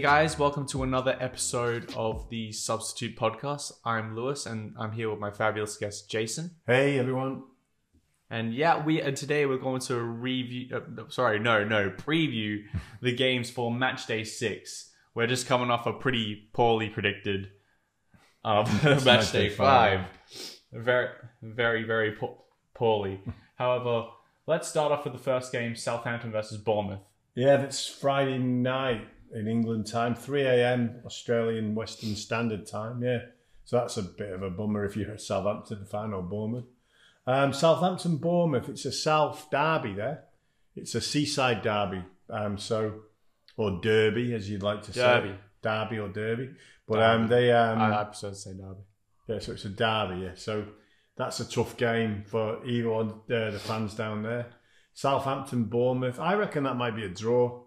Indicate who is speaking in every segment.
Speaker 1: guys, welcome to another episode of the Substitute Podcast. I'm Lewis, and I'm here with my fabulous guest Jason.
Speaker 2: Hey everyone.
Speaker 1: And yeah, we and today we're going to review. Uh, sorry, no, no, preview the games for Match Day Six. We're just coming off a pretty poorly predicted uh, match,
Speaker 2: Match
Speaker 1: Day
Speaker 2: Day
Speaker 1: Five. Very, very, very po- poorly. However, let's start off with the first game: Southampton versus Bournemouth.
Speaker 2: Yeah, that's Friday night in England time, 3 a.m. Australian Western Standard Time. Yeah, so that's a bit of a bummer if you're a Southampton fan or Bournemouth. Um, Southampton Bournemouth, it's a South derby there. It's a seaside derby, um, so or derby as you'd like to say,
Speaker 1: Derby.
Speaker 2: derby or derby. But um, they um,
Speaker 1: I, I prefer to say Derby.
Speaker 2: Yeah, so it's a derby. Yeah, so that's a tough game for either one, uh, the fans down there. Southampton, Bournemouth. I reckon that might be a draw.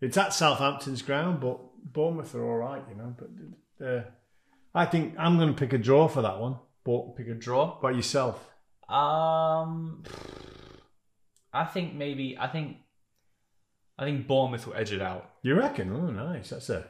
Speaker 2: It's at Southampton's ground, but Bournemouth are all right, you know. But uh, I think I'm going to pick a draw for that one. But
Speaker 1: Pick a draw.
Speaker 2: by yourself,
Speaker 1: Um, I think maybe I think I think Bournemouth will edge it out.
Speaker 2: you reckon? Oh, nice. That's a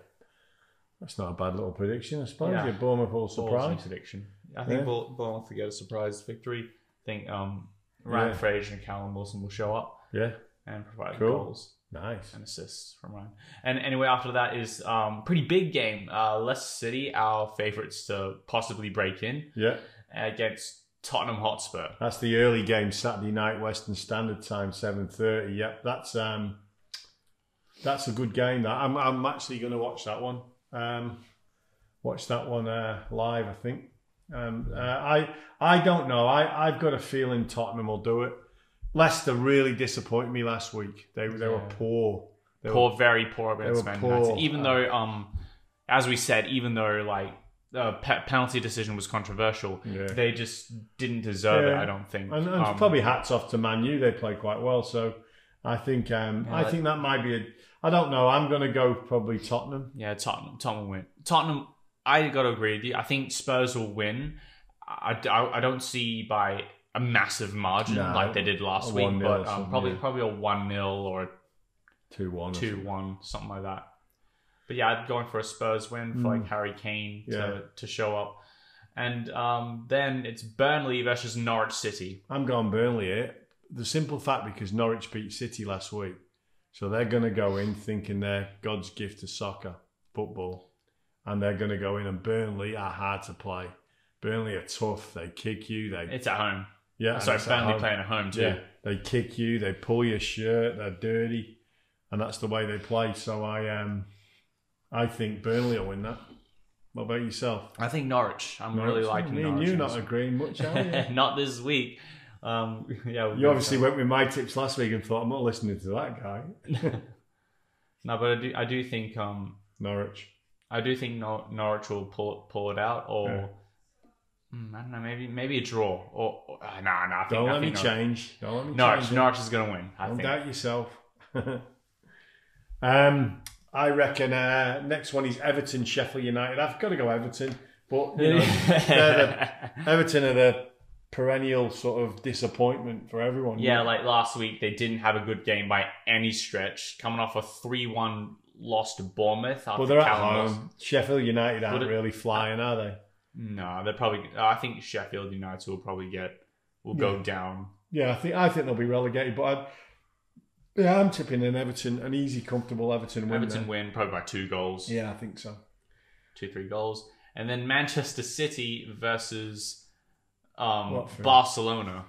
Speaker 2: that's not a bad little prediction, I suppose.
Speaker 1: Yeah.
Speaker 2: You're Bournemouth all
Speaker 1: Bournemouth's
Speaker 2: surprised.
Speaker 1: prediction. I think
Speaker 2: Yeah.
Speaker 1: Bour- Bournemouth will get a surprise victory. I think um, Ryan
Speaker 2: Yeah.
Speaker 1: Fraser and Callum Wilson will show up
Speaker 2: Yeah,
Speaker 1: and provide
Speaker 2: Cool.
Speaker 1: goals
Speaker 2: nice.
Speaker 1: and assists from Ryan. And anyway, after that is um pretty big game. Uh, Leicester City, our favourites to possibly break in
Speaker 2: Yeah,
Speaker 1: against Tottenham Hotspur.
Speaker 2: That's the early game, Saturday night, Western Standard Time, seven thirty. Yep, that's um, that's a good game. That I'm, I'm actually going to watch that one. Um, watch that one uh, live, I think. Um, uh, I I don't know. I I've got a feeling Tottenham will do it. Leicester really disappointed me last week. They they were
Speaker 1: Yeah.
Speaker 2: poor. They were-
Speaker 1: poor, very poor against
Speaker 2: were
Speaker 1: Man
Speaker 2: poor.
Speaker 1: United. Even though, um, as we said, even though like the pe- penalty decision was controversial,
Speaker 2: Yeah.
Speaker 1: they just didn't deserve it.
Speaker 2: Yeah.
Speaker 1: I don't think.
Speaker 2: And, and
Speaker 1: Um,
Speaker 2: probably hats off to Man U. They play quite well, so I think um,
Speaker 1: Yeah,
Speaker 2: I
Speaker 1: like-
Speaker 2: think that might be a. I don't know. I'm going to go probably Tottenham.
Speaker 1: yeah, Tottenham. Tottenham win. Tottenham. I gotta agree with you. I think Spurs will win. I, I, I don't see by a massive margin
Speaker 2: No,
Speaker 1: like they did last
Speaker 2: a
Speaker 1: week,
Speaker 2: 1-0 or
Speaker 1: but um,
Speaker 2: something,
Speaker 1: probably
Speaker 2: yeah.
Speaker 1: probably a one 0 or a
Speaker 2: Two one.
Speaker 1: two one, something like that. But yeah, I'm going for a Spurs win for like Harry Kane
Speaker 2: Hmm. Yeah.
Speaker 1: to, to show up. And um, then it's Burnley versus Norwich City.
Speaker 2: I'm going Burnley here. The simple fact because Norwich beat City last week. So they're going to go in thinking they're God's gift to soccer, football. And they're going to go in, and Burnley are hard to play. Burnley are tough. They kick you. They
Speaker 1: It's at home.
Speaker 2: yeah.
Speaker 1: Sorry,
Speaker 2: and it's at
Speaker 1: Burnley
Speaker 2: home.
Speaker 1: playing at home too.
Speaker 2: Yeah, they kick you. They pull your shirt. They're dirty, and that's the way they play. So I um, I think Burnley will win that. What about yourself?
Speaker 1: I think Norwich. I'm really
Speaker 2: Norwich?
Speaker 1: liking
Speaker 2: me and
Speaker 1: Norwich.
Speaker 2: you
Speaker 1: in
Speaker 2: not
Speaker 1: this
Speaker 2: agreeing much, are
Speaker 1: one.
Speaker 2: you?
Speaker 1: Not this week. Um, yeah, we'll
Speaker 2: You
Speaker 1: go
Speaker 2: obviously
Speaker 1: for-
Speaker 2: went with my tips last week and thought I'm not listening to that guy.
Speaker 1: No, but I do. I do think. Um,
Speaker 2: Norwich.
Speaker 1: I do think Nor- Norwich will pull pull it out, or
Speaker 2: Yeah.
Speaker 1: Mm, I don't know. Maybe maybe a draw, or or- uh, nah, nah. I think,
Speaker 2: Don't
Speaker 1: I
Speaker 2: let me
Speaker 1: think Nor-
Speaker 2: change. Don't let me
Speaker 1: Norwich,
Speaker 2: change. it.
Speaker 1: Norwich is gonna win. I
Speaker 2: Don't
Speaker 1: think.
Speaker 2: doubt yourself. um, I reckon uh, next one is Everton, Sheffield United. I've got to go Everton, but you know, they're Everton are the perennial sort of disappointment for everyone.
Speaker 1: yeah, like last week, they didn't have a good game by any stretch, coming off a 3 1 loss to Bournemouth. After
Speaker 2: well, they're at
Speaker 1: Callum Wilson-
Speaker 2: home. Sheffield United aren't
Speaker 1: Would it-
Speaker 2: really flying, are they?
Speaker 1: No, they're probably. I think Sheffield United will probably get. will go down.
Speaker 2: Yeah, I think I think they'll be relegated, but I'm, yeah, I'm tipping an Everton, an easy, comfortable Everton win.
Speaker 1: Everton
Speaker 2: there.
Speaker 1: win, probably by two goals,
Speaker 2: Yeah, I think so.
Speaker 1: two, three goals. And then Manchester City versus um,
Speaker 2: Watford.
Speaker 1: Barcelona.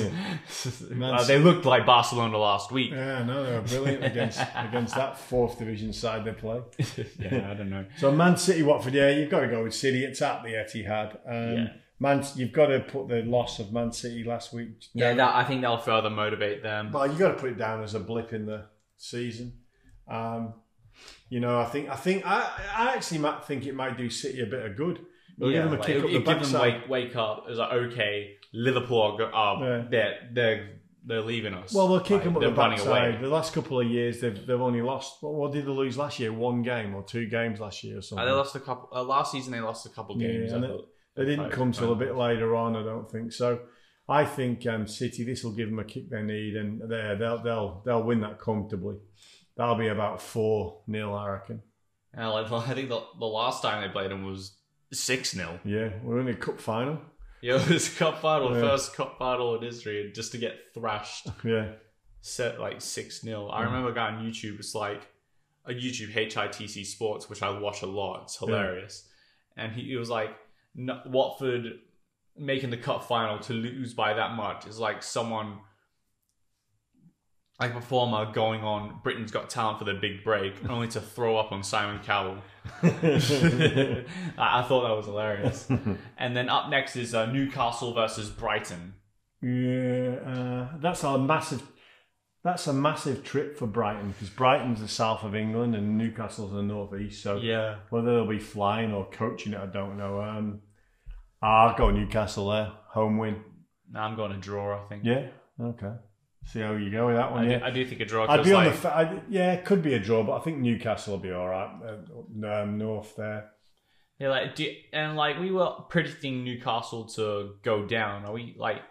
Speaker 1: Uh, they looked like Barcelona last week.
Speaker 2: Yeah, no, they were brilliant against against that fourth division side they play.
Speaker 1: yeah, I don't know.
Speaker 2: So Man City, Watford, yeah, you've got to go with City. It's at the Etihad. Um,
Speaker 1: Yeah.
Speaker 2: Man, you've got to put the loss of Man City last week.
Speaker 1: Yeah,
Speaker 2: down.
Speaker 1: that, I think that'll further motivate them.
Speaker 2: well, you've got to put it down as a blip in the season. Um, you know, I think I think I, I actually might think it might do City a bit of good. It'll give them a
Speaker 1: Oh, like,
Speaker 2: kick
Speaker 1: it-
Speaker 2: up the
Speaker 1: it give them
Speaker 2: backside.
Speaker 1: wake, wake up. It's like okay, Liverpool are go- are
Speaker 2: Yeah.
Speaker 1: they're they're they're leaving us.
Speaker 2: Well, they'll kick
Speaker 1: Like,
Speaker 2: them up
Speaker 1: they're
Speaker 2: the
Speaker 1: running
Speaker 2: backside.
Speaker 1: away.
Speaker 2: The last couple of years, they've they've only lost. What, what did they lose last year? One game or two games last year or
Speaker 1: Uh,
Speaker 2: something.
Speaker 1: they lost a couple uh, last season. They lost a couple
Speaker 2: Yeah,
Speaker 1: games. I
Speaker 2: and
Speaker 1: thought.
Speaker 2: They didn't
Speaker 1: Right,
Speaker 2: come till a
Speaker 1: right.
Speaker 2: bit later on, I don't think. So I think um, City this will give them a kick they need, and they they'll they'll they'll win that comfortably. That'll be about four nil, I reckon.
Speaker 1: And like, I think the, the last time they played them was 6 0.
Speaker 2: Yeah, we're in a cup final.
Speaker 1: Yeah, it was cup final,
Speaker 2: Yeah.
Speaker 1: first cup final in history, and just to get thrashed
Speaker 2: Yeah,
Speaker 1: set like 6 0. I
Speaker 2: Mhm.
Speaker 1: remember a guy on YouTube, it's like a YouTube HITC Sports, which I watch a lot. It's
Speaker 2: Yeah.
Speaker 1: hilarious. And he, he was like, "No- Watford making the cup final to lose by that much is like someone, like a performer going on Britain's Got Talent for the big break, only to throw up on Simon Cowell. I, I thought that was hilarious. And then up next is uh, Newcastle versus Brighton.
Speaker 2: yeah. Uh, that's a massive. That's a massive trip for Brighton because Brighton's the south of England and Newcastle's the northeast. So
Speaker 1: Yeah.
Speaker 2: whether they'll be flying or coaching it, I don't know. Um, I'll go Newcastle there, home win.
Speaker 1: I'm going to draw, I think.
Speaker 2: Yeah, okay. See how you go with that one.
Speaker 1: I,
Speaker 2: yeah,
Speaker 1: do, I do think a draw.
Speaker 2: I'd
Speaker 1: 'cause,
Speaker 2: be on
Speaker 1: like,
Speaker 2: the fa- I'd, yeah, it could be a draw, but I think Newcastle will be all right. Uh, um, north there.
Speaker 1: Yeah, like do, and like we were predicting Newcastle to go down. Are we like,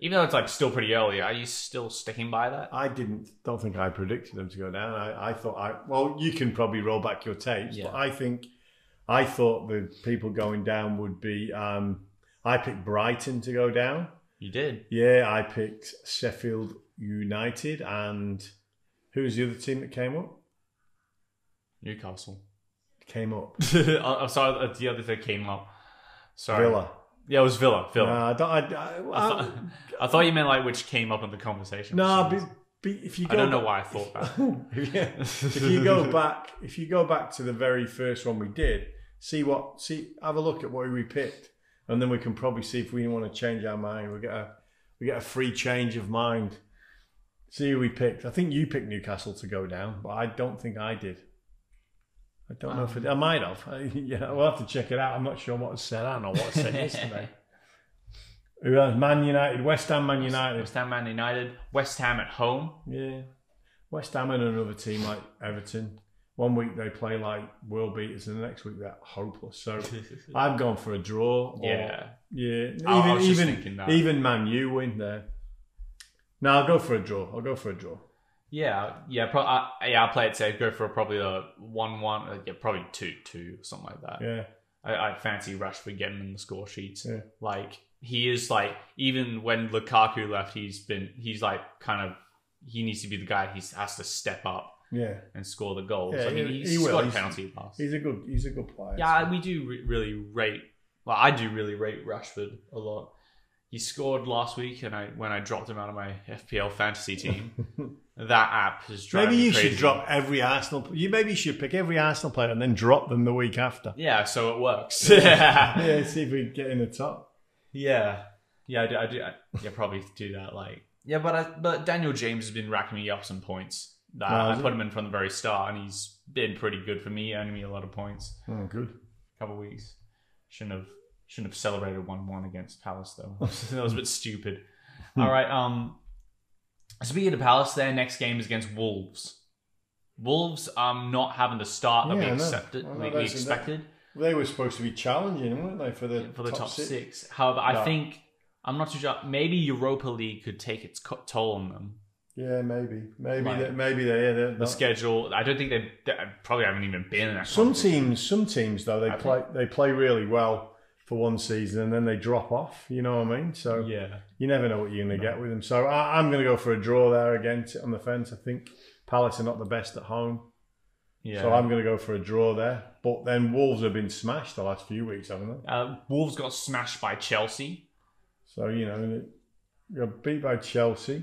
Speaker 1: even though it's like still pretty early, are you still sticking by that?
Speaker 2: I didn't. Don't think I predicted them to go down. I, I thought I. Well, you can probably roll back your tapes,
Speaker 1: Yeah.
Speaker 2: but I think I thought the people going down would be. Um, I picked Brighton to go down.
Speaker 1: You did.
Speaker 2: Yeah, I picked Sheffield United and who was the other team that came up?
Speaker 1: Newcastle.
Speaker 2: Came up
Speaker 1: I- I'm sorry, that's the other thing that came up. Sorry.
Speaker 2: Villa.
Speaker 1: Yeah, it was Villa.
Speaker 2: No,
Speaker 1: Villa.
Speaker 2: I don't. I, I,
Speaker 1: I, thought, I thought you meant like which came up in the conversation.
Speaker 2: no,
Speaker 1: For
Speaker 2: be,
Speaker 1: some
Speaker 2: be, if you
Speaker 1: I
Speaker 2: go
Speaker 1: don't know why I thought that.
Speaker 2: yeah. if you go back, if you go back to the very first one we did, see what, see, have a look at what we picked, and then we can probably see if we want to change our mind. We get a, we get a free change of mind. See who we picked. I think you picked Newcastle to go down, but I don't think I did. I don't know if
Speaker 1: Um.
Speaker 2: it, I might have. yeah, we'll have to check it out. I'm not sure what it said. I don't know what it said yesterday. Who else? Man United, West Ham, Man United.
Speaker 1: West Ham, Man United, West Ham at home.
Speaker 2: Yeah. West Ham and another team like Everton. One week they play like world beaters, and the next week they're hopeless. So I've gone for a draw. Or,
Speaker 1: yeah,
Speaker 2: yeah. Even
Speaker 1: I- I was just
Speaker 2: even
Speaker 1: thinking that.
Speaker 2: even Man U win there. No, I'll go for a draw. I'll go for a draw.
Speaker 1: yeah, yeah. Pro- I, yeah, I'll play it safe. Go for probably a one-one. Uh, yeah, probably two-two or something like that.
Speaker 2: Yeah,
Speaker 1: I, I fancy Rashford getting in the score sheets.
Speaker 2: Yeah.
Speaker 1: Like he is like even when Lukaku left, he's been he's like kind of he needs to be the guy. He has to step up
Speaker 2: yeah.
Speaker 1: and score the goals.
Speaker 2: Yeah,
Speaker 1: I mean,
Speaker 2: he-
Speaker 1: he's
Speaker 2: he will.
Speaker 1: got a
Speaker 2: He's-
Speaker 1: penalty pass.
Speaker 2: He's a good. He's a good player.
Speaker 1: Yeah, we do re- really rate. Well, I do really rate Rashford a lot. He scored last week, and I when I dropped him out of my FPL fantasy team, that app is driving
Speaker 2: maybe
Speaker 1: me
Speaker 2: you
Speaker 1: crazy.
Speaker 2: should drop every Arsenal. You maybe you should pick every Arsenal player and then drop them the week after.
Speaker 1: Yeah, so it works.
Speaker 2: Yeah, see if we get in the top.
Speaker 1: Yeah, yeah, I do. I do I, yeah, probably do that. Like, yeah, but I, but Daniel James has been racking me up some points. That
Speaker 2: Oh,
Speaker 1: I
Speaker 2: has he?
Speaker 1: put him in from the very start, and he's been pretty good for me, earning me a lot of points.
Speaker 2: Oh, good.
Speaker 1: A couple weeks. Shouldn't have shouldn't have celebrated one one against Palace though. that was a bit stupid. All right. Um, speaking of Palace, their next game is against Wolves. Wolves, um, not having the start that
Speaker 2: Yeah, I
Speaker 1: we
Speaker 2: know.
Speaker 1: accepted,
Speaker 2: I know
Speaker 1: we, we
Speaker 2: those in there.
Speaker 1: expected.
Speaker 2: They were supposed to be challenging, weren't they, for the
Speaker 1: for the top, six. However,
Speaker 2: No.
Speaker 1: I think I'm not too sure. Maybe Europa League could take its co- toll on them.
Speaker 2: Yeah, maybe, maybe,
Speaker 1: Like-
Speaker 2: they, maybe they. Yeah, they're
Speaker 1: The
Speaker 2: not-
Speaker 1: schedule. I don't think they they probably haven't even been in that.
Speaker 2: Some
Speaker 1: competition.
Speaker 2: teams, some teams though, they
Speaker 1: I
Speaker 2: play they play really well for one season and then they drop off. You know what I mean? So
Speaker 1: Yeah.
Speaker 2: you never know what you're going to get with them. So I, I'm going to go for a draw there again sit on the fence. I think Palace are not the best at home,
Speaker 1: Yeah.
Speaker 2: so I'm going to go for a draw there. But then Wolves have been smashed the last few weeks, haven't they?
Speaker 1: uh, Wolves got smashed by Chelsea.
Speaker 2: So you know, and it- you're beat by Chelsea,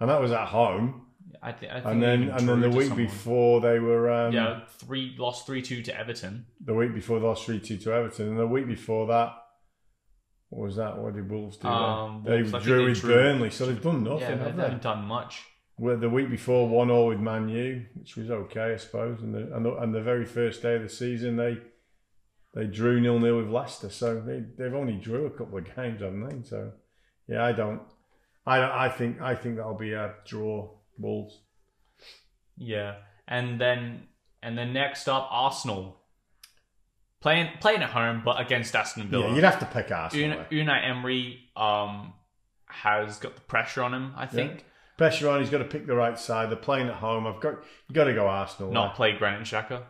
Speaker 2: and that was at home.
Speaker 1: I, th- I think
Speaker 2: And
Speaker 1: they
Speaker 2: then
Speaker 1: even
Speaker 2: and then
Speaker 1: drew
Speaker 2: the
Speaker 1: to
Speaker 2: week
Speaker 1: someone.
Speaker 2: before they were um,
Speaker 1: yeah, three lost three two to Everton.
Speaker 2: the week before they lost 3 2 to Everton. And the week before that, what was that? What did Wolves do? there?
Speaker 1: Um,
Speaker 2: they
Speaker 1: Wolves, I think
Speaker 2: drew
Speaker 1: they
Speaker 2: with
Speaker 1: drew-
Speaker 2: Burnley, so they've done
Speaker 1: yeah,
Speaker 2: nothing,
Speaker 1: they
Speaker 2: have
Speaker 1: haven't
Speaker 2: they?
Speaker 1: done much.
Speaker 2: Well, the week before, 1 0 with Man U, which was okay, I suppose. And the, and the, and the very first day of the season, they they drew nil nil with Leicester. So they, they've only drew a couple of games, haven't they? So, yeah, I don't. I, don't- I think I think that'll be a draw, Wolves.
Speaker 1: Yeah, and then and then next up Arsenal. Playing playing at home, but against Aston Villa.
Speaker 2: Yeah, you'd have to pick Arsenal.
Speaker 1: Una,
Speaker 2: there.
Speaker 1: Unai Emery um, has got the pressure on him, I think.
Speaker 2: Pressure on. He's got to pick the right side. They're playing at home. I've got you got to go Arsenal.
Speaker 1: Not play Granit Xhaka,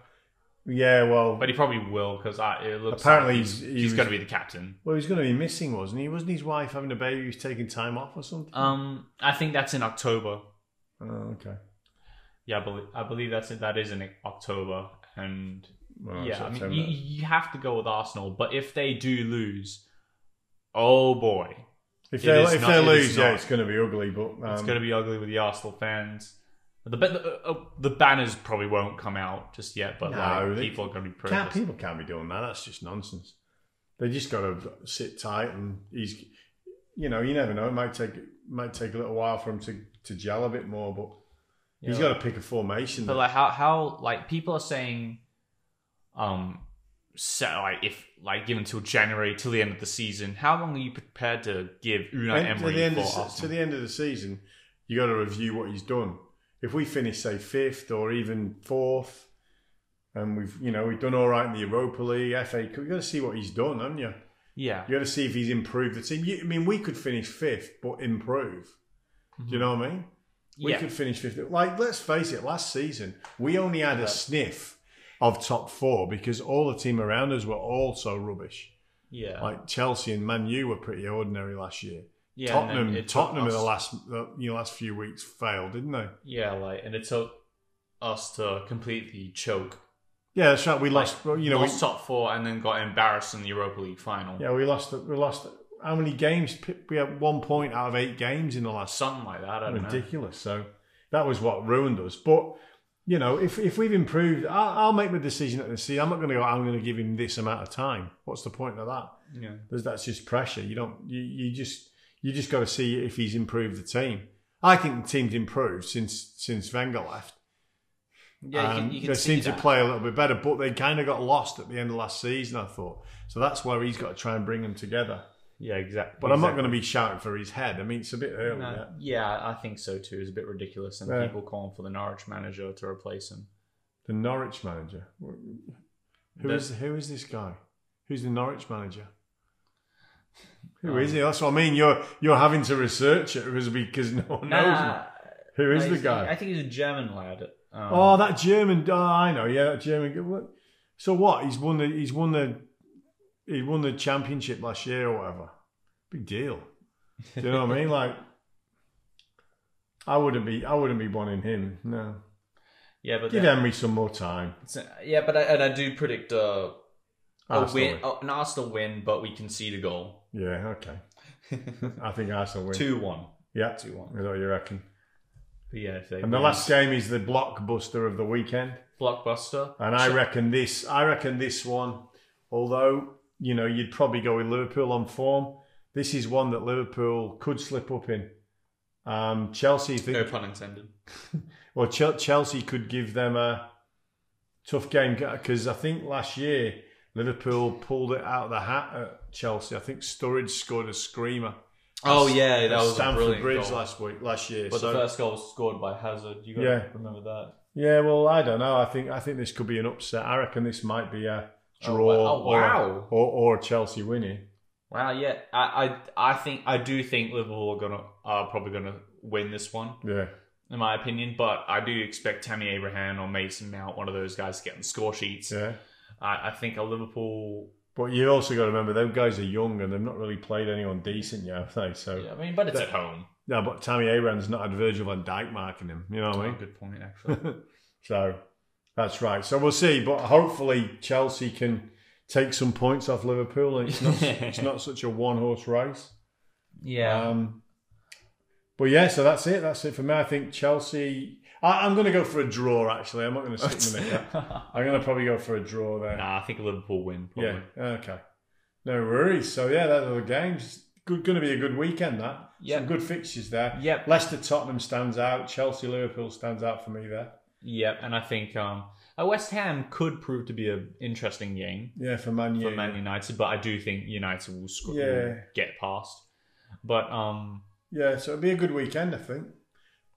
Speaker 2: Yeah, well,
Speaker 1: but he probably will because it looks
Speaker 2: Apparently
Speaker 1: like he's,
Speaker 2: he's-
Speaker 1: he's,
Speaker 2: he was-
Speaker 1: going to be the captain.
Speaker 2: well, he's going to be missing, wasn't he? Wasn't his wife having a baby? He's taking time off or something.
Speaker 1: Um, I think that's in October.
Speaker 2: oh, okay.
Speaker 1: Yeah, I believe, I believe that's that is in October, and
Speaker 2: Well,
Speaker 1: yeah, I
Speaker 2: it's
Speaker 1: mean you,
Speaker 2: Oh, September.
Speaker 1: you have to go with Arsenal. But if they do lose, oh boy,
Speaker 2: if
Speaker 1: it
Speaker 2: they
Speaker 1: is
Speaker 2: if
Speaker 1: not-
Speaker 2: they
Speaker 1: it is
Speaker 2: lose, yeah,
Speaker 1: not.
Speaker 2: it's going to be ugly. But um,
Speaker 1: it's going to be ugly with the Arsenal fans. The ba- the, uh, uh, the banners probably won't come out just yet, but
Speaker 2: No,
Speaker 1: like,
Speaker 2: they-
Speaker 1: people are going to be
Speaker 2: Can't,
Speaker 1: protesting.
Speaker 2: people can't be doing that. That's just nonsense. They just got to sit tight, and he's, you know, you never know. It might take might take a little while for him to to gel a bit more, but he's got to pick a formation.
Speaker 1: But like how how like people are saying, um, so like if like give until January till the end of the season, how long are you prepared to give Unai
Speaker 2: And to
Speaker 1: Emery
Speaker 2: the end
Speaker 1: for
Speaker 2: of the, se- to
Speaker 1: Arsenal?
Speaker 2: the end of the season, you got to review what he's done. If we finish say fifth or even fourth, and we've you know we've done all right in the Europa League, FA Cup, you got to see what he's done, haven't you?
Speaker 1: yeah,
Speaker 2: You got to see if he's improved the team. You, I mean, we could finish fifth, but improve. Do you know what I mean? We
Speaker 1: Mm-hmm. yeah.
Speaker 2: could finish fifth. Like, let's face it, last season, we only had a sniff of top four because all the team around us were also rubbish.
Speaker 1: yeah,
Speaker 2: Like Chelsea and Man U were pretty ordinary last year.
Speaker 1: yeah. and then
Speaker 2: Tottenham,
Speaker 1: it took
Speaker 2: Tottenham in
Speaker 1: us-
Speaker 2: the last the, you know, last few weeks failed, didn't they?
Speaker 1: yeah, like and it took us to completely choke.
Speaker 2: Yeah, that's right. We lost. well, you know,
Speaker 1: lost top four and then got embarrassed in the Europa League final.
Speaker 2: we, yeah, we lost. We lost. How many games? P- We had one point out of eight games in the last
Speaker 1: something like that. I don't know.
Speaker 2: ridiculous. So that was what ruined us. But you know, if if we've improved, I'll, I'll make my decision at the sea. I'm not going to go. I'm going to give him this amount of time. What's the point of that?
Speaker 1: Yeah.
Speaker 2: There's, that's just pressure. You don't. You, you just you just got to see if he's improved the team. I think the team's improved since since Wenger left.
Speaker 1: Yeah, you
Speaker 2: Um,
Speaker 1: can, you can
Speaker 2: they
Speaker 1: see
Speaker 2: seem to
Speaker 1: that.
Speaker 2: play a little bit better, but they kind of got lost at the end of last season. I thought so. That's where he's got to try and bring them together.
Speaker 1: Yeah, exactly.
Speaker 2: But I'm not going to be shouting for his head. I mean, it's a bit early. yet.
Speaker 1: yeah, I think so too. It's a bit ridiculous, and
Speaker 2: Yeah.
Speaker 1: people calling for the Norwich manager to replace him.
Speaker 2: The Norwich manager. Who
Speaker 1: The-
Speaker 2: is who is this guy? Who's the Norwich manager? Who is
Speaker 1: Um,
Speaker 2: he? That's what I mean. You're you're having to research it because- because no one knows. him. Who is
Speaker 1: no,
Speaker 2: the
Speaker 1: he's-
Speaker 2: guy?
Speaker 1: I think he's a German lad. Um,
Speaker 2: oh, that German. Oh, I know. Yeah, that German. what- So what? He's won the he's won the he won the championship last year or whatever. Big deal. Do you know what I mean? Like, I wouldn't be I wouldn't be wanting him. No,
Speaker 1: yeah, but
Speaker 2: give
Speaker 1: then-
Speaker 2: Emery some more time.
Speaker 1: it's- yeah, but I, and I do predict uh, a
Speaker 2: Arsenal
Speaker 1: win, uh, an Arsenal win, but we concede a goal.
Speaker 2: Yeah, okay. I think Arsenal win.
Speaker 1: Two one,
Speaker 2: Yeah,
Speaker 1: two one.
Speaker 2: is what you reckon.
Speaker 1: But yeah, if they
Speaker 2: And the
Speaker 1: win,
Speaker 2: last game is the blockbuster of the weekend,
Speaker 1: blockbuster.
Speaker 2: and I reckon this. I reckon this one. Although you know you'd probably go with Liverpool on form, this is one that Liverpool could slip up in. Um, Chelsea, think,
Speaker 1: No pun intended.
Speaker 2: well, Chel- Chelsea could give them a tough game because I think last year Liverpool pulled it out of the hat at Chelsea. I think Sturridge scored a screamer.
Speaker 1: Oh yeah, that
Speaker 2: at
Speaker 1: was a
Speaker 2: Stamford
Speaker 1: brilliant
Speaker 2: Bridge
Speaker 1: goal.
Speaker 2: last week, last year.
Speaker 1: But
Speaker 2: So-
Speaker 1: the first goal was scored by Hazard. You got
Speaker 2: Yeah.
Speaker 1: to remember that.
Speaker 2: Yeah, well, I don't know. I think I think this could be an upset. I reckon this might be a
Speaker 1: Oh,
Speaker 2: draw
Speaker 1: wow. Oh, wow.
Speaker 2: or, or or a Chelsea winning.
Speaker 1: Wow, yeah, I, I, I think I do think Liverpool are gonna are probably gonna win this one,
Speaker 2: Yeah,
Speaker 1: in my opinion. But I do expect Tammy Abraham or Mason Mount, one of those guys, to get on the score sheets.
Speaker 2: yeah.
Speaker 1: I, I think a Liverpool.
Speaker 2: But you also got to remember, those guys are young and they've not really played anyone decent yet, have they? So
Speaker 1: Yeah, I mean, but it's
Speaker 2: That-
Speaker 1: at home.
Speaker 2: no, but Tammy Abraham's not had Virgil van Dijk marking him. You know what I
Speaker 1: Oh,
Speaker 2: mean?
Speaker 1: good point, actually.
Speaker 2: So that's right. So we'll see. But hopefully Chelsea can take some points off Liverpool, and it's not it's not such a one horse race.
Speaker 1: yeah,
Speaker 2: Um, but yeah, so that's it. That's it for me. I think Chelsea. I, I'm going to go for a draw. Actually, I'm not going to stick with it.
Speaker 1: nah,
Speaker 2: I'm going to probably go for a draw there.
Speaker 1: Uh, I think Liverpool win. Probably.
Speaker 2: yeah. Okay. No worries. So yeah, that are the games. Good, going to be a good weekend. That.
Speaker 1: Yeah.
Speaker 2: Some good fixtures there.
Speaker 1: Yep.
Speaker 2: Leicester, Tottenham stands out. Chelsea, Liverpool stands out for me there.
Speaker 1: Yep, and I think um, uh, West Ham could prove to be an interesting game.
Speaker 2: Yeah, for Man U.
Speaker 1: for Man United, but I do think United will score,
Speaker 2: Yeah.
Speaker 1: get past. But um,
Speaker 2: Yeah. So it'll be a good weekend, I think.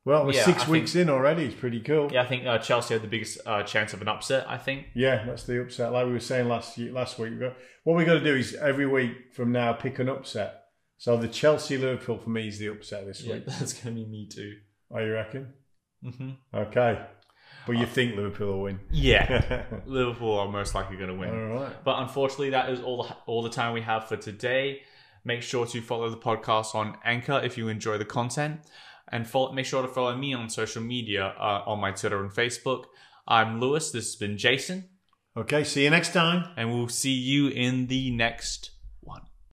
Speaker 2: Well, we're
Speaker 1: Yeah, I
Speaker 2: six
Speaker 1: think-
Speaker 2: weeks in already. It's pretty cool.
Speaker 1: yeah, I think uh, Chelsea had the biggest uh, chance of an upset. I think.
Speaker 2: Yeah, that's the upset. Like we were saying last ye- last week, we've got, what we got to do is every week from now pick an upset. So the Chelsea Liverpool for me is the upset this
Speaker 1: Yeah,
Speaker 2: week.
Speaker 1: that's gonna be me too.
Speaker 2: Oh, you reckon?
Speaker 1: hmm
Speaker 2: Okay. But you think Liverpool will win?
Speaker 1: Yeah,
Speaker 2: All
Speaker 1: Liverpool are most likely going to win.
Speaker 2: right.
Speaker 1: But unfortunately, that is all the, all the time we have for today. Make sure to follow the podcast on Anchor if you enjoy the content, and follow, make sure to follow me on social media uh, on my Twitter and Facebook. I'm Lewis. This has been Jason,
Speaker 2: Okay. See you next time.
Speaker 1: and we'll see you in the next